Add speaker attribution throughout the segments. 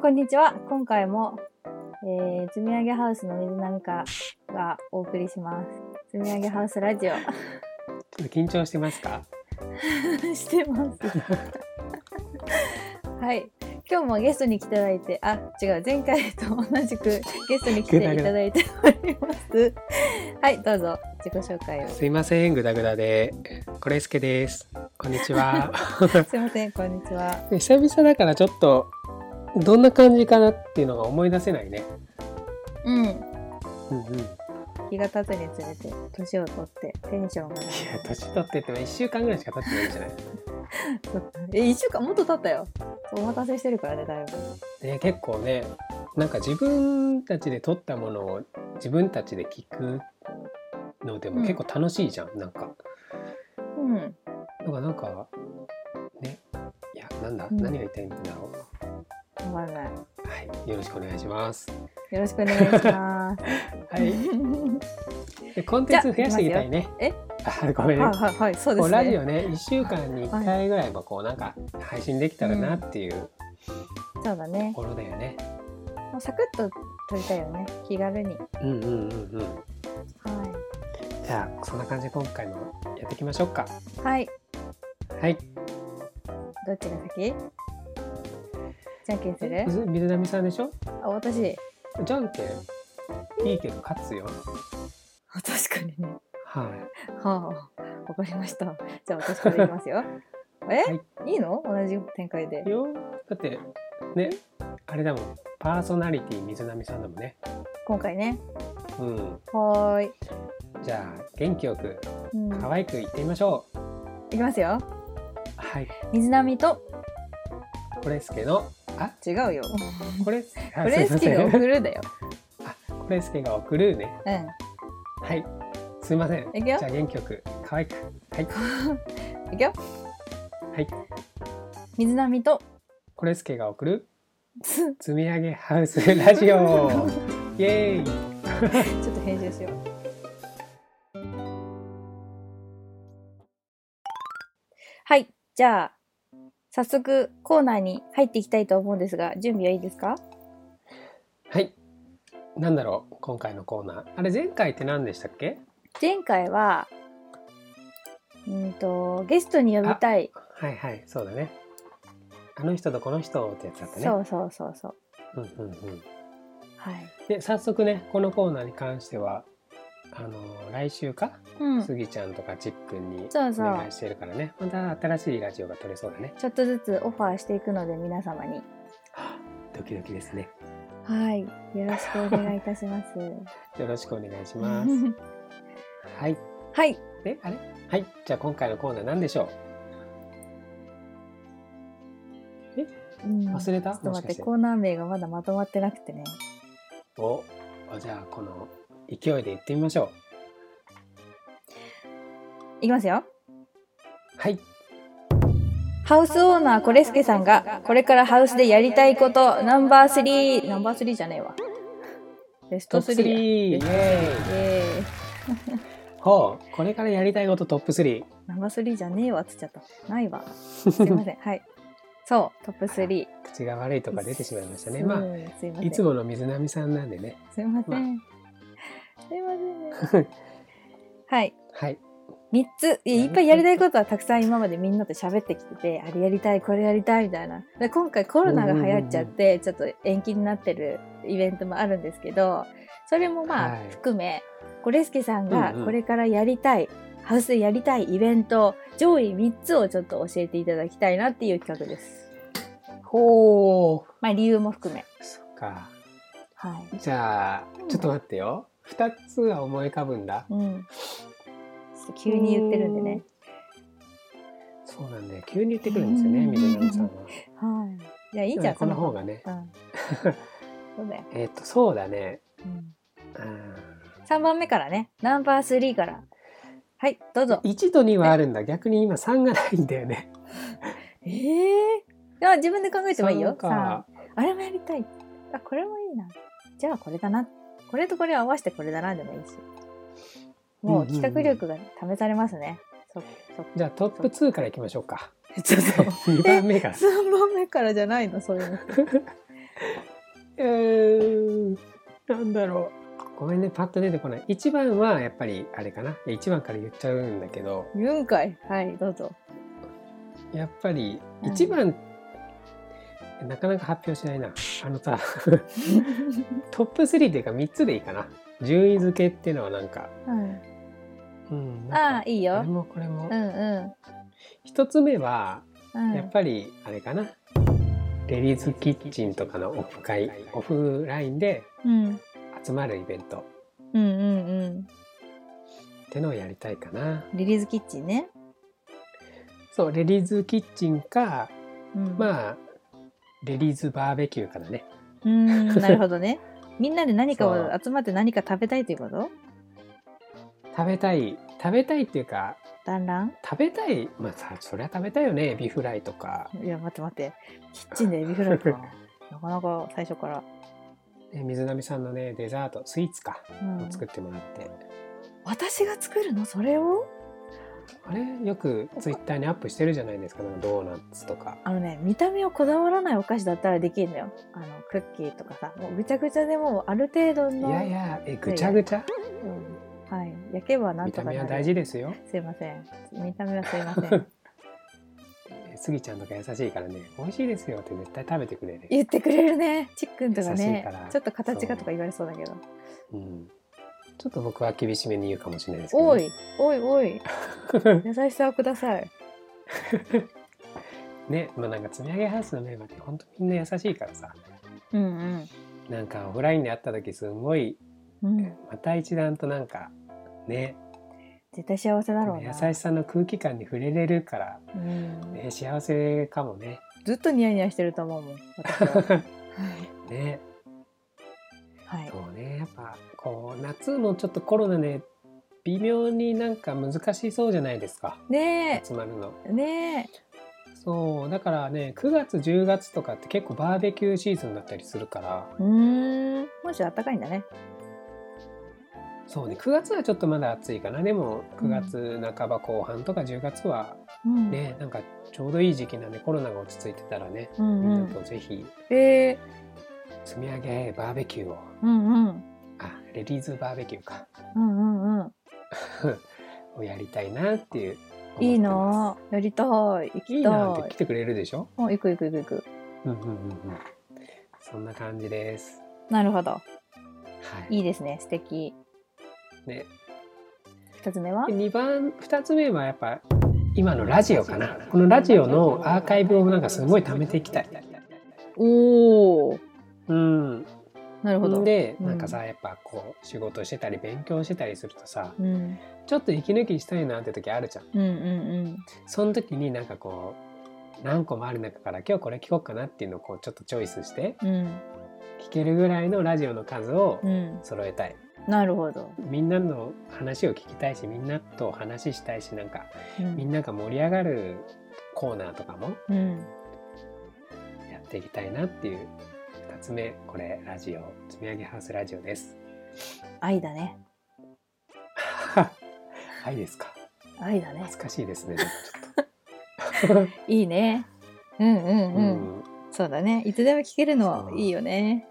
Speaker 1: こんにちは。今回も、えー、積み上げハウスの水波かがお送りします。積み上げハウスラジオ
Speaker 2: ちょっと緊張してますか。
Speaker 1: してます。 はい。今日もゲストに来ていただいて、あ、違う、前回と同じくゲストに来ていただいております。はい、どうぞ、自己紹 介を。す
Speaker 2: すいません、ぐだぐだで、これすけです。こんにちは。
Speaker 1: いません、こんにちは。
Speaker 2: 久々だから、ちょっと。どんな感じかなっていうのが思い出せないね。
Speaker 1: うん。
Speaker 2: うんうん。いや、
Speaker 1: 日が経つにつれて、年を取って、テンションが上がる。
Speaker 2: 年取ってても一週間ぐらいしか経ってないんじゃない。
Speaker 1: え、一週間もっと経ったよ。お待たせしてるからね、だいぶ。
Speaker 2: ね、結構ね。なんか自分たちで撮ったものを自分たちで聞くのでも結構楽しいじゃん、なんか
Speaker 1: うん。
Speaker 2: なんかなんかねいやなんだ、
Speaker 1: うん
Speaker 2: 何が言いたいんだろう
Speaker 1: わかんない。
Speaker 2: はいよろしくお願いします
Speaker 1: よろしくお願いします。
Speaker 2: はいでコンテンツ増やしていきたい
Speaker 1: じ
Speaker 2: ね。
Speaker 1: ゃあいき
Speaker 2: あごめんね。
Speaker 1: はいはいはい、そうで
Speaker 2: こう
Speaker 1: す
Speaker 2: ラジ
Speaker 1: ね。
Speaker 2: オね1週間に1回ぐらいはこうなんか配信できたらなっていう
Speaker 1: そうだ
Speaker 2: と
Speaker 1: ね。
Speaker 2: ころだよね。
Speaker 1: もうサクッと撮りたいよね。気軽に。は
Speaker 2: うんうんうんうん。じゃあそんな感じで今回もやっていきましょうか。
Speaker 1: い。はい。
Speaker 2: はい。
Speaker 1: どっちが先じゃんけんする
Speaker 2: 水水波さんでしょ
Speaker 1: あ、私。
Speaker 2: じゃんけんいいけど勝つよ。
Speaker 1: あ確かにね。
Speaker 2: は
Speaker 1: はあ、わかりました。じゃあ私からいきます よ。え、
Speaker 2: い
Speaker 1: い、いの同じ展開で
Speaker 2: い。。よだってねあれだもんパーソナリティ水波さんだもんね。
Speaker 1: 今回ね。
Speaker 2: うん。
Speaker 1: はーい。
Speaker 2: じゃあ元気よく
Speaker 1: うん、
Speaker 2: 可愛くいってみましょう。
Speaker 1: いきますよ。
Speaker 2: はい。
Speaker 1: 水波と、
Speaker 2: コレスケのあ
Speaker 1: 違うよ。
Speaker 2: これ、す
Speaker 1: プレ
Speaker 2: い
Speaker 1: ス
Speaker 2: ま
Speaker 1: キー
Speaker 2: せ
Speaker 1: が
Speaker 2: ん
Speaker 1: 送るだよ。
Speaker 2: コレスケが送るね。
Speaker 1: う
Speaker 2: はい。すいません。
Speaker 1: いくよ
Speaker 2: じゃあ元気よく、可愛く。 はい。
Speaker 1: ん。いくよ。
Speaker 2: はい。
Speaker 1: 水波と、
Speaker 2: コレスケが送る
Speaker 1: つ
Speaker 2: 積み上げハウス ラジオ。イエーイ。
Speaker 1: ちょっと編集しよう。はい、じゃあ、早速コーナーに入っていきたいと思うんですが、準備はいいですか
Speaker 2: はい。なんだろう今回のコーナー。あれ前回って何でしたっけ？
Speaker 1: 前回は、うんと、ゲストに呼びたい。
Speaker 2: はいはいそうだね。あの人とこの人ってやつだったね。
Speaker 1: そうそうそうそう。
Speaker 2: うんうんうん。
Speaker 1: はい。
Speaker 2: で早速ねこのコーナーに関してはあのー来週か、
Speaker 1: うん。
Speaker 2: スギちゃんとかちっくんに
Speaker 1: そう
Speaker 2: お
Speaker 1: そう
Speaker 2: 願いしてるからね。また新しいラジオが撮れそうだね。
Speaker 1: ちょっとずつオファーしていくので、皆様に。
Speaker 2: ドキドキですね。
Speaker 1: はい。よろしくお願いいたします。
Speaker 2: よろしくお願いし ます。はい。
Speaker 1: はい。
Speaker 2: で、あれはい。じゃあ今回のコーナー何でしょ
Speaker 1: うん
Speaker 2: う忘れた、
Speaker 1: ちょっと
Speaker 2: もし
Speaker 1: 待っ
Speaker 2: か
Speaker 1: て
Speaker 2: して
Speaker 1: コ。ーナー名がまだまとまってなくてね
Speaker 2: お、あじゃあこの勢いで行ってみましょう。
Speaker 1: いきますよ
Speaker 2: はい。
Speaker 1: ハウスオーナーコレスケさんがこれからハウスでやりたいことナンバースリーナンバースリーじゃねえわベス
Speaker 2: ト
Speaker 1: ト
Speaker 2: ップ
Speaker 1: スリー
Speaker 2: 3。イエーイ。
Speaker 1: え
Speaker 2: ほう。これからやりたいことトップ3。
Speaker 1: ナンバースリーじゃねえわっつっちゃったないわすいませんはいそうトップ3
Speaker 2: 口が悪いとか出てしまいましたね。
Speaker 1: うん
Speaker 2: まあ、
Speaker 1: すいません
Speaker 2: いつもの水波さんなんでね。
Speaker 1: すいません、すいませんねはい
Speaker 2: はい。
Speaker 1: 3ついやいっぱいやりたいことはたくさん今までみんなと喋ってきててあれやりたいこれやりたいみたいなで今回コロナが流行っちゃってちょっと延期になってるイベントもあるんですけどそれもまあ
Speaker 2: はい
Speaker 1: 含め、ゴレスケさんが
Speaker 2: うんうん
Speaker 1: これからやりたい、ハウスでやりたいイベント上位3つをちょっと教えていただきたいなっていう企画です。
Speaker 2: ほう。
Speaker 1: まあ理由も含め。
Speaker 2: そっか。
Speaker 1: はい
Speaker 2: じゃあ、ちょっと待ってよ。二つは思い浮かぶんだ。
Speaker 1: うん、ちょっと急に言ってるんでね。
Speaker 2: そうなんだよ。急に言ってくるんですよね、水波さんは。
Speaker 1: はい、いやいいじゃん、
Speaker 2: この方
Speaker 1: が。
Speaker 2: がね。
Speaker 1: うん、そうだよ、
Speaker 2: えっ、と、そうだね。
Speaker 1: うん
Speaker 2: うん
Speaker 1: 3番目からねナンバー3からはいどうぞ
Speaker 2: 1と2はあるんだ。逆に今3がないんだよ ね。
Speaker 1: ええー、あ自分で考えてもいいよ
Speaker 2: 3か。
Speaker 1: さああれもやりたいあこれもいいなじゃあこれだなこれとこれを合わせてこれだなでもいいしもう
Speaker 2: うんうんうん
Speaker 1: 企画力が試されますね、そ
Speaker 2: じゃあトップ2からいきましょうか。
Speaker 1: そちょっと
Speaker 2: 2番目が。
Speaker 1: 3番目からじゃないのそういうの
Speaker 2: うーんなんだろうごめんねパッと出てこない一番はやっぱりあれかないや一番から言っちゃうんだけど
Speaker 1: 言うんかいはいどうぞ
Speaker 2: やっぱり
Speaker 1: うん
Speaker 2: 一番、なかなか発表しないなあの さトップ3っていうか3つでいいかな順位付けっていうのはなんか,、
Speaker 1: うん
Speaker 2: うん、
Speaker 1: あ
Speaker 2: な
Speaker 1: あ
Speaker 2: んか
Speaker 1: いい
Speaker 2: これ
Speaker 1: よ
Speaker 2: もこれも
Speaker 1: うんう
Speaker 2: 一つ目は
Speaker 1: んうん
Speaker 2: やっぱりあれかな、レディーズキッチンとかのオフ会オフラインで
Speaker 1: うん
Speaker 2: 集まるイベントっ
Speaker 1: うんうんうん
Speaker 2: てのをやりたいかな
Speaker 1: リリーズキッチンね、
Speaker 2: そうレディーズキッチンか
Speaker 1: うん、あ
Speaker 2: まあレディーズバーベキューからね
Speaker 1: うーんなるほど ねみんなで何か
Speaker 2: そ
Speaker 1: を集まって何か食べたいということ
Speaker 2: 食べたい食べたいっていうか
Speaker 1: 団らん
Speaker 2: 食べたいまあさそりゃ食べたいよねエビフライとか
Speaker 1: いや待って待ってキッチンでエビフライか なかなか最初から、
Speaker 2: ね水波さんのねデザートスイーツか
Speaker 1: うん
Speaker 2: を、作ってもらって、
Speaker 1: 私が作るのそれを
Speaker 2: あれよくツイッターにアップしてるじゃないですかなんかドーナツとか
Speaker 1: あのね見た目をこだわらないお菓子だったらできるのよあのクッキーとかさもうぐちゃぐちゃでもうある程度
Speaker 2: い
Speaker 1: の
Speaker 2: やいやえぐちゃぐちゃ、うん
Speaker 1: はい、焼けばなん
Speaker 2: 見
Speaker 1: と
Speaker 2: た
Speaker 1: かな
Speaker 2: 目
Speaker 1: る
Speaker 2: は大事ですよ
Speaker 1: すいません見た目はすいませ ん
Speaker 2: えスギちゃんとか優しいからね美味しいですよって絶対食べてくれる、
Speaker 1: 言ってくれるねチックンとか
Speaker 2: 優しい
Speaker 1: ね
Speaker 2: から
Speaker 1: ちょっと形がとか言われそうだけど
Speaker 2: うん、ちょっと僕は厳しめに言うかもしれないですけど
Speaker 1: お
Speaker 2: ね、
Speaker 1: いおいお い優しさをください
Speaker 2: ねまあなんか積み上げハウスのメンバーって本当みんな優しいからさ
Speaker 1: うん
Speaker 2: なんかオフラインで会った時すごい
Speaker 1: うんうん
Speaker 2: また一段となんかね
Speaker 1: 絶対幸せだろうな
Speaker 2: 優しさの空気感に触れれるから、
Speaker 1: うん
Speaker 2: ね、幸せかもね
Speaker 1: ずっとニヤニヤしてると思うもん私は
Speaker 2: ね
Speaker 1: はい
Speaker 2: そうねやっぱこう夏もちょっとコロナで微妙になんか難しそうじゃないですか
Speaker 1: ね
Speaker 2: 集まるの。
Speaker 1: えね
Speaker 2: そうだからね9月10月とかって結構バーベキューシーズンだったりするから
Speaker 1: えうーんもしあったかいんだね
Speaker 2: そうね9月はちょっとまだ暑いかなでも9月半ば後半とか10月は
Speaker 1: うん、
Speaker 2: ね、なんかちょうどいい時期なんでコロナが落ち着いてたらね
Speaker 1: うん
Speaker 2: み
Speaker 1: うん
Speaker 2: なんとぜひ
Speaker 1: え
Speaker 2: 積み上げバーベキュー
Speaker 1: ー
Speaker 2: を
Speaker 1: うんうん
Speaker 2: あレディーズバーベキューか
Speaker 1: うんうんうん
Speaker 2: をやりたいなっていう思って
Speaker 1: いいなあやりたい行きた
Speaker 2: い
Speaker 1: い
Speaker 2: いなって来てくれるでしょ
Speaker 1: もう行く行く行く行く
Speaker 2: うんうんうんうんそんな感じです
Speaker 1: なるほど
Speaker 2: はい
Speaker 1: いいですね素敵
Speaker 2: ね
Speaker 1: 二つ目は
Speaker 2: 2番2つ目はやっぱ今のラジオかなこのラジオのアーカイブをなんかすごい貯めていきたい
Speaker 1: おお
Speaker 2: うん
Speaker 1: なるほど
Speaker 2: で
Speaker 1: うん
Speaker 2: なんかさやっぱこう仕事してたり勉強してたりするとさ
Speaker 1: うん
Speaker 2: ちょっと息抜きしたいなって時あるじゃん
Speaker 1: うんうん
Speaker 2: その時になんかこう何個もある中から今日これ聞こうかなっていうのをこうちょっとチョイスして
Speaker 1: うんうん
Speaker 2: 聞けるぐらいのラジオの数を
Speaker 1: うん
Speaker 2: 揃えたい
Speaker 1: なるほど、
Speaker 2: みんなの話を聞きたいしみんなと話したいしなんか
Speaker 1: うん、
Speaker 2: みんなが盛り上がるコーナーとかも
Speaker 1: うん
Speaker 2: やっていきたいなっていう2つ目これラジオ積み上げハウスラジオです。
Speaker 1: 愛だね
Speaker 2: はいですか
Speaker 1: 愛だね
Speaker 2: 恥ずかしいですねちょっと。
Speaker 1: いいねうん うん
Speaker 2: う
Speaker 1: うん、
Speaker 2: ん、
Speaker 1: そうだねいつでも聞けるのいいよね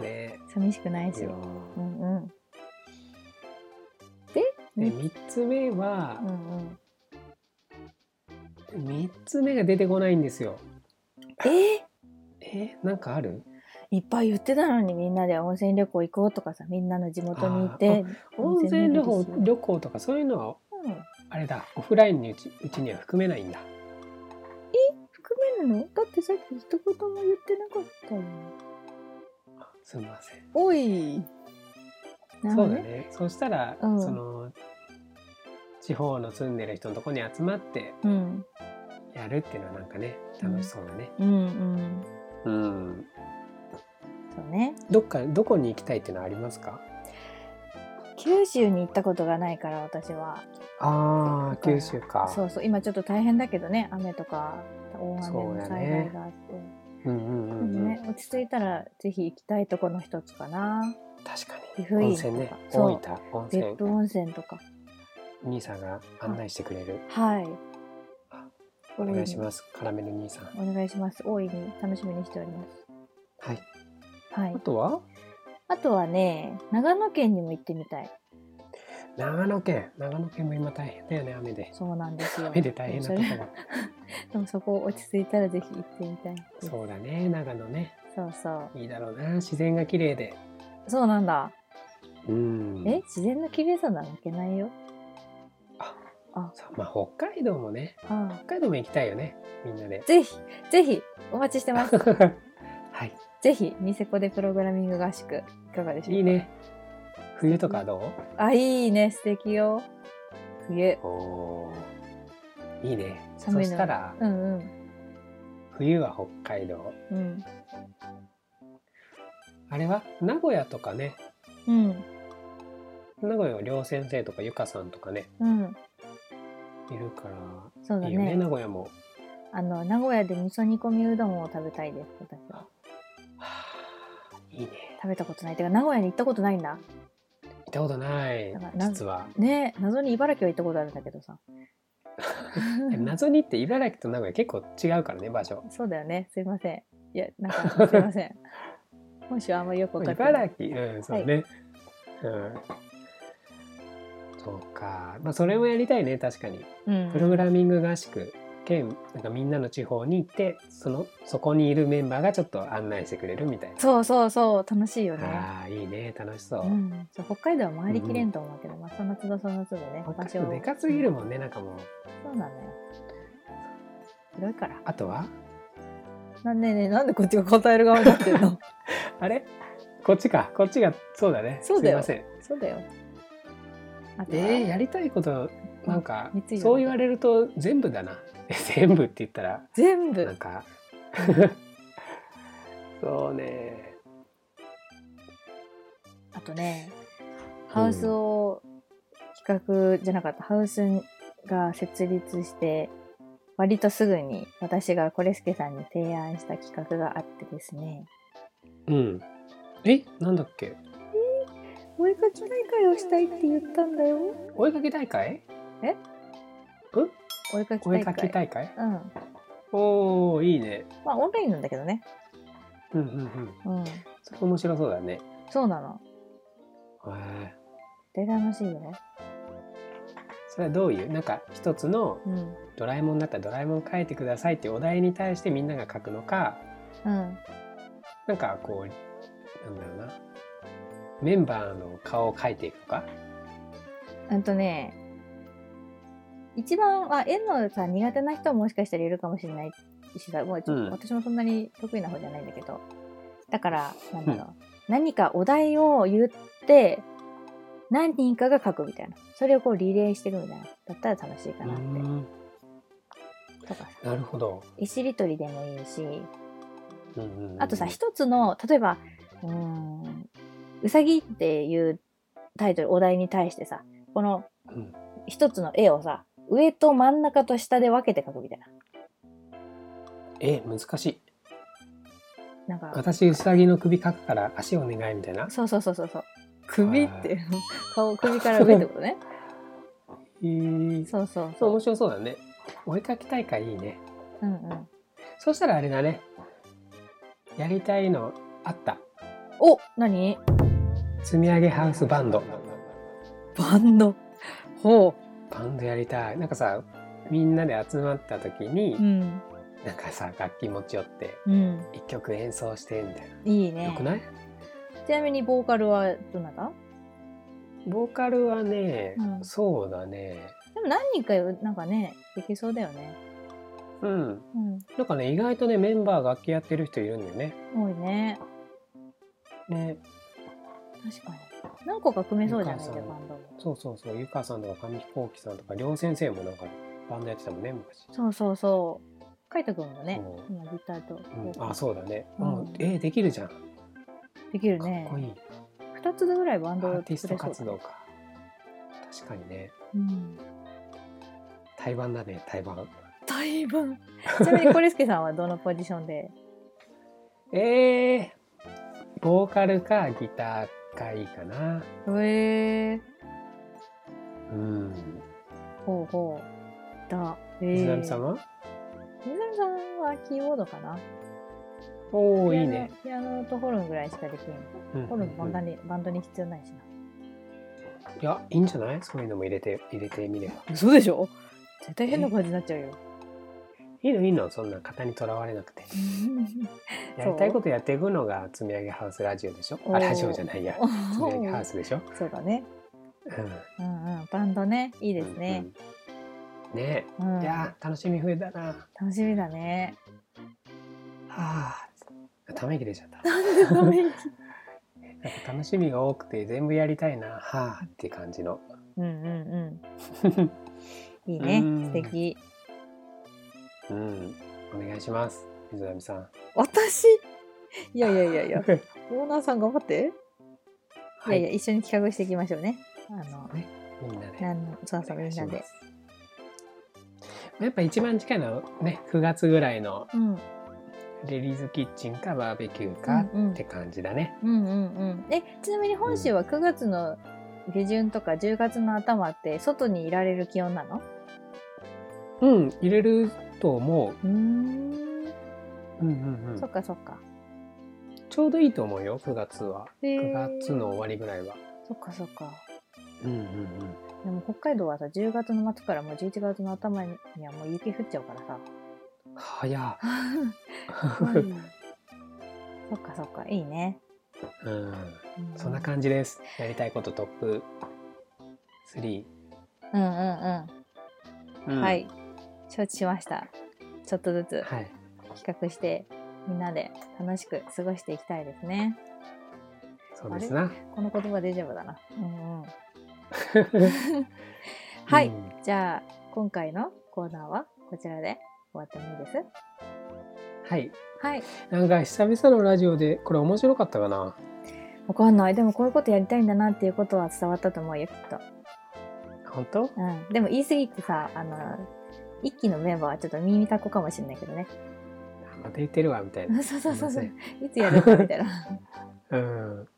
Speaker 2: ね
Speaker 1: 寂しくない
Speaker 2: いい
Speaker 1: し
Speaker 2: よ
Speaker 1: うんうん
Speaker 2: で3つ目は
Speaker 1: うんうん
Speaker 2: 3つ目が出てこないんですよ。
Speaker 1: えー
Speaker 2: えなんかある
Speaker 1: いっぱい言ってたのにみんなで温泉旅行行こうとかさみんなの地元に行って、
Speaker 2: 温泉旅行
Speaker 1: 温泉
Speaker 2: 旅行とかそういうのは
Speaker 1: うん、
Speaker 2: あれだオフラインにうちうちには含めないんだ。
Speaker 1: 含めるのだってさっき一言も言ってなかったよ
Speaker 2: あすみません。
Speaker 1: おいなる
Speaker 2: そ
Speaker 1: ほ
Speaker 2: う
Speaker 1: ど
Speaker 2: だね。そうしたら、
Speaker 1: うん
Speaker 2: その地方の住んでる人のとこに集まって
Speaker 1: うん
Speaker 2: やるっていうのはなんかね楽しそうだね。
Speaker 1: うんうん
Speaker 2: うん。
Speaker 1: そうね
Speaker 2: どっかどこに行きたいっていうのはありますか？
Speaker 1: 九州に行ったことがないから私はだ
Speaker 2: ああ
Speaker 1: ら
Speaker 2: 九州か。
Speaker 1: そうそう今ちょっと大変だけどね雨とか大雨
Speaker 2: そう
Speaker 1: の
Speaker 2: だね
Speaker 1: 災害があって、
Speaker 2: うんうんうんうん。
Speaker 1: ね、落ち着いたらぜひ行きたいとこの一つかな
Speaker 2: 確か
Speaker 1: 湯
Speaker 2: に。
Speaker 1: 布院
Speaker 2: 温泉ね
Speaker 1: とか。
Speaker 2: 大
Speaker 1: そう
Speaker 2: 分温
Speaker 1: 別
Speaker 2: 泉
Speaker 1: 府。温泉とか
Speaker 2: 兄さんが案内してくれる。
Speaker 1: はい
Speaker 2: お願いします。カラメル兄さん。
Speaker 1: すお願いします大いに楽しみにしております
Speaker 2: はい。
Speaker 1: はい
Speaker 2: あ。とは
Speaker 1: あとはね、長野県にも行ってみたい。
Speaker 2: 長野県。長野県も今大変だよね、雨で。
Speaker 1: そうなんですよ。
Speaker 2: 雨で大変なとこ
Speaker 1: それ
Speaker 2: ろ。
Speaker 1: でもそこ落ち着いたらぜひ行ってみたいです。
Speaker 2: そうだね、長野ね。
Speaker 1: そうそう。
Speaker 2: いいだろうな、自然が綺麗で。
Speaker 1: そうなんだ。
Speaker 2: うん。
Speaker 1: え、自然の綺麗さなら負けないよ。
Speaker 2: そうまあ、北海道もね、
Speaker 1: あ
Speaker 2: 北海道も行きたいよね、みんなで
Speaker 1: あ。。ぜひ、ぜひ、お待ちしてます。
Speaker 2: はい。
Speaker 1: ぜひ、ニセコでプログラミング合宿、いかがでしょうか
Speaker 2: いい。ね。冬とかどう
Speaker 1: あ、いいね、素敵よ。冬。
Speaker 2: おーいいね。そ
Speaker 1: 寒いの
Speaker 2: したら、
Speaker 1: うんうん。
Speaker 2: 冬は北海道。
Speaker 1: うん。
Speaker 2: あれは名古屋とかね。
Speaker 1: うん。
Speaker 2: 名古屋は両先生とかゆかさんとかね、
Speaker 1: うん。
Speaker 2: いるから、
Speaker 1: そうだ
Speaker 2: いいよね、
Speaker 1: ね。
Speaker 2: 名古屋も。
Speaker 1: あの、名古屋で味噌煮込みうどんを食べたいです、私は。
Speaker 2: はあいいね。
Speaker 1: 食べたことない。てか、名古屋に行ったことないんだ。
Speaker 2: 行ったことない
Speaker 1: だから、な
Speaker 2: 実は。
Speaker 1: ねえ謎に茨城は行ったことあるんだけど さ。
Speaker 2: 謎にって茨城と名古屋結構違うからね、場所。
Speaker 1: そうだよね。すいません。いや、なんか、すいませ ん。本州はあんまりよくわかってない。
Speaker 2: 茨城、うん、そうね。うん。そうか。まあ、それもやりたいね、確かに。
Speaker 1: うん、
Speaker 2: プログラミング合宿兼なんかみんなの地方に行ってそのそこにいるメンバーがちょっと案内してくれるみたいな。
Speaker 1: そうそうそう、楽しいよね。
Speaker 2: ああいいね楽しそう。
Speaker 1: うん、そう北海道は回りきれんと思うけど、まあその都度その都度ね、
Speaker 2: 北海道でかすぎるもんねなんかもう
Speaker 1: そうなのよ。広いから。
Speaker 2: あとは
Speaker 1: なんでね、なんでこっちが答える側になってる の
Speaker 2: あれこっちかこっちがそうだね
Speaker 1: そうだよ
Speaker 2: すいま
Speaker 1: そうだよ。あと
Speaker 2: せ
Speaker 1: は、
Speaker 2: ん。えー、やりたいことなんか
Speaker 1: 三井の
Speaker 2: そう言われると全部だな 全部って言ったら
Speaker 1: 全
Speaker 2: な
Speaker 1: 部
Speaker 2: ん。か そうね
Speaker 1: あとね、ハウスを企画じゃなかった、ハウスが設立して、割とすぐに私がコレスケさんに提案した企画があってですね、
Speaker 2: うんえなんだっけ
Speaker 1: 追いかけ大会をしたいって言ったんだよ。
Speaker 2: お絵かき大会
Speaker 1: 追いかけ
Speaker 2: お絵
Speaker 1: 大
Speaker 2: か
Speaker 1: 会。
Speaker 2: き大会
Speaker 1: うん。
Speaker 2: おおいいね
Speaker 1: まあオンラインなんだけどね。
Speaker 2: うんうんうん
Speaker 1: うん。
Speaker 2: それ面白そうだね
Speaker 1: そうなの。
Speaker 2: へえ
Speaker 1: で楽しいよ。
Speaker 2: それはどういうなんか一つの
Speaker 1: うん。
Speaker 2: ドラえもんだったらドラえもん描いてくださいっていうお題に対してみんなが書くのか
Speaker 1: うん。
Speaker 2: なんかこうなんだろうなメンバーの顔を描いていくのか
Speaker 1: うんとね、一番は絵のさ苦手な人ももしかしたらいるかもしれないしさ、もうちょ
Speaker 2: うん
Speaker 1: 私もそんなに得意な方じゃないんだけど、だから、なんだろう、何かお題を言って、何人かが書くみたいな。それをこうリレーしていくみたいな。だったら楽しいかなって。
Speaker 2: ん
Speaker 1: とかさ、
Speaker 2: なるほど、
Speaker 1: 石りとりでもいいし、
Speaker 2: うんうんうん
Speaker 1: あとさ、一つの、例えば、うーん、うさぎっていうタイトル、お題に対してさ、この
Speaker 2: うん
Speaker 1: 一つの絵をさ、上と真ん中と下で分けて描くみたいな。
Speaker 2: え難しい
Speaker 1: なんか、
Speaker 2: 私うさぎの首描くから足お願いみたいな
Speaker 1: そうそうそうそうそう。首って、顔、首から上ってことね。
Speaker 2: へえ
Speaker 1: そうそう
Speaker 2: そう
Speaker 1: そう。
Speaker 2: 面白そうだねお絵かき大会いいね
Speaker 1: うんうん。
Speaker 2: そうしたらあれだねやりたいのあった
Speaker 1: お何
Speaker 2: 積み上げハウスバンド
Speaker 1: バンド。ほ
Speaker 2: バンドやりたいなんかさみんなで集まった時に、
Speaker 1: う。うん。
Speaker 2: なんかさ楽器持ち寄って
Speaker 1: うん。
Speaker 2: 一曲演奏してみたいな、
Speaker 1: いい
Speaker 2: よ
Speaker 1: ね
Speaker 2: く。ない
Speaker 1: ちなみに、ボーカルはどなた
Speaker 2: ボーカルはね、
Speaker 1: うん
Speaker 2: そうだね
Speaker 1: でも何人か、なんかね、できそうだよね。
Speaker 2: うん
Speaker 1: うん。
Speaker 2: なんかね意外とねメンバー楽器やってる人いるんだよね
Speaker 1: 多いね。
Speaker 2: ね
Speaker 1: 確かに。何個か組めそうじゃない
Speaker 2: お
Speaker 1: でバ
Speaker 2: 母さん
Speaker 1: ンドも。
Speaker 2: そうそうそうゆかさんとか上飛行機さんとか両先生もなんかバンドやってたもんね昔、
Speaker 1: そうそうそう。海斗くんもね
Speaker 2: そう、
Speaker 1: 今ギターと。
Speaker 2: うん、あそうだね、
Speaker 1: うん
Speaker 2: もうえできるじゃんか
Speaker 1: できる
Speaker 2: っ
Speaker 1: ね
Speaker 2: こ。いい、
Speaker 1: 二つぐらいバ
Speaker 2: ア
Speaker 1: ンド
Speaker 2: ー
Speaker 1: を
Speaker 2: ティス
Speaker 1: 作れ
Speaker 2: ト
Speaker 1: そう
Speaker 2: 活
Speaker 1: だね
Speaker 2: 動。か確かにね
Speaker 1: うん。
Speaker 2: 対バンだね対バン
Speaker 1: 大分。 ちなみにコレスケさんはどのポジションで。
Speaker 2: えー、ボーカルかギターかいいかな
Speaker 1: ええ
Speaker 2: うん
Speaker 1: ほうほう。だ。ええ
Speaker 2: 藤波さんは
Speaker 1: 水波さんはキーボードかな。
Speaker 2: おお
Speaker 1: ピア
Speaker 2: い
Speaker 1: ノ
Speaker 2: いね。
Speaker 1: ピアノとホルンぐらいしかできない。
Speaker 2: うん
Speaker 1: ホルンバンド
Speaker 2: い
Speaker 1: に、バンドに必要ないしな。
Speaker 2: やいいんじゃないそういうのも入れて入れてみれば。
Speaker 1: 嘘でしょ絶対変な感じになっちゃうよ。
Speaker 2: いいのいいのそんな型にとらわれなくて。やりたいことやっていくのが積み上げハウスラジオでしょ。
Speaker 1: おー
Speaker 2: あラジオじゃないや。積み上げハウスでしょ。
Speaker 1: そうだね。
Speaker 2: うん。
Speaker 1: うんうん。バンドね。いいですね。
Speaker 2: うん。ね
Speaker 1: うん
Speaker 2: え。いやー楽しみ増えたな。は
Speaker 1: 楽しみだね。
Speaker 2: あ。ため息出ちゃった。
Speaker 1: ごめん
Speaker 2: やっぱ楽しみが多くて全部やりたいなはあって感じの
Speaker 1: うんうん
Speaker 2: うん
Speaker 1: うん。いいね
Speaker 2: うん。
Speaker 1: 素敵。
Speaker 2: お願いします水波さん
Speaker 1: 私いやいやいや いや、オーナーさん頑張って。い
Speaker 2: は
Speaker 1: や
Speaker 2: い
Speaker 1: いや、一緒に企画していきましょうね。あの、
Speaker 2: みんなで
Speaker 1: なんのそうそう、
Speaker 2: お願
Speaker 1: み
Speaker 2: い
Speaker 1: ん
Speaker 2: し
Speaker 1: な
Speaker 2: ま
Speaker 1: で。
Speaker 2: すやっぱ一番近いのはね9月ぐらいの
Speaker 1: うん。うん
Speaker 2: レリーズキッチンかバーベキューか
Speaker 1: うん
Speaker 2: って感じだね、
Speaker 1: うんうんうん。え、ちなみに本州は9月の下旬とか10月の頭って外にいられる気温なの
Speaker 2: うん入れると思
Speaker 1: うーん。
Speaker 2: う,、うんうんうん
Speaker 1: そっかそっか。
Speaker 2: ちょうどいいと思うよ9月は
Speaker 1: へ
Speaker 2: 9
Speaker 1: ー
Speaker 2: 月の終わりぐらいは、
Speaker 1: そっかそっか。
Speaker 2: うんうんうん
Speaker 1: でも北海道はさ、10月の末からもう11月の頭にはもう雪降っちゃうからさ。
Speaker 2: 早
Speaker 1: 怖いなそっかそっか、いいね。
Speaker 2: っ、うん
Speaker 1: うん
Speaker 2: そんな感じです。やりたいことトップ3。
Speaker 1: うんうんうん。
Speaker 2: うん
Speaker 1: はい。承知しました。ちょっとずつ
Speaker 2: はい。
Speaker 1: 企画して、みんなで楽しく過ごしていきたいですね。
Speaker 2: そうですな。
Speaker 1: この言葉大丈夫だな。うんうん。 はい、
Speaker 2: うん
Speaker 1: じゃあ今回のコーナーはこちらで終わってもいいです。
Speaker 2: はい。
Speaker 1: はい。
Speaker 2: なんか久々のラジオでこれ面白かったかな。
Speaker 1: わかんない。でもこういうことやりたいんだなっていうことは伝わったと思うよきっと。
Speaker 2: 本当？
Speaker 1: うん。でも言い過ぎてさ、あの一期のメンバーはちょっと耳たこかもしれないけどね。
Speaker 2: また言ってるわみたいな。
Speaker 1: そうそうそう
Speaker 2: す
Speaker 1: そう。
Speaker 2: い
Speaker 1: い
Speaker 2: ま
Speaker 1: つやるかみたいな。
Speaker 2: せんうん。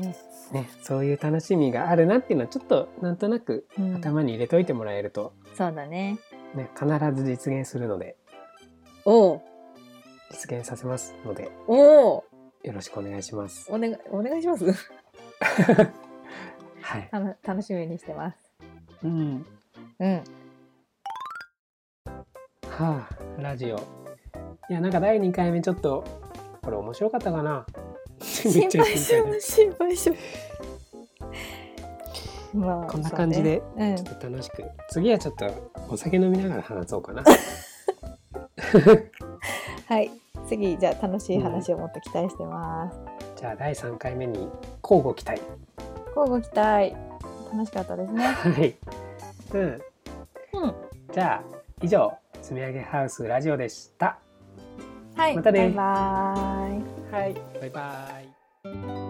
Speaker 1: ね。
Speaker 2: ね、そういう楽しみがあるなっていうのはちょっとなんとなく
Speaker 1: うん、
Speaker 2: 頭に入れといてもらえると、
Speaker 1: そうだね。
Speaker 2: ね必ず実現するので
Speaker 1: おう
Speaker 2: 実現させますので
Speaker 1: おお
Speaker 2: よろしくお願いします。
Speaker 1: お願いお願いします。
Speaker 2: はい。
Speaker 1: たの楽しみにしてます。
Speaker 2: うん。
Speaker 1: うん。
Speaker 2: はあラジオいやなんか第2回目ちょっとこれ面白かったかなめ
Speaker 1: 心
Speaker 2: っちゃ
Speaker 1: 配性
Speaker 2: だ
Speaker 1: の心配 性。まあ
Speaker 2: こんな感じで、
Speaker 1: そうね
Speaker 2: ちょっと楽しく次はちょっとお酒飲みながら話そうかな
Speaker 1: うん、はい次じゃあ楽しい話をもっと期待してます、
Speaker 2: じゃあ第3回目に交互期待
Speaker 1: 交互期待楽しかったですね
Speaker 2: はい、うん、
Speaker 1: うん
Speaker 2: じゃあ以上「積み上げハウスラジオ」でした
Speaker 1: はい
Speaker 2: また
Speaker 1: バ
Speaker 2: ね
Speaker 1: イバーイ
Speaker 2: はいバイバイ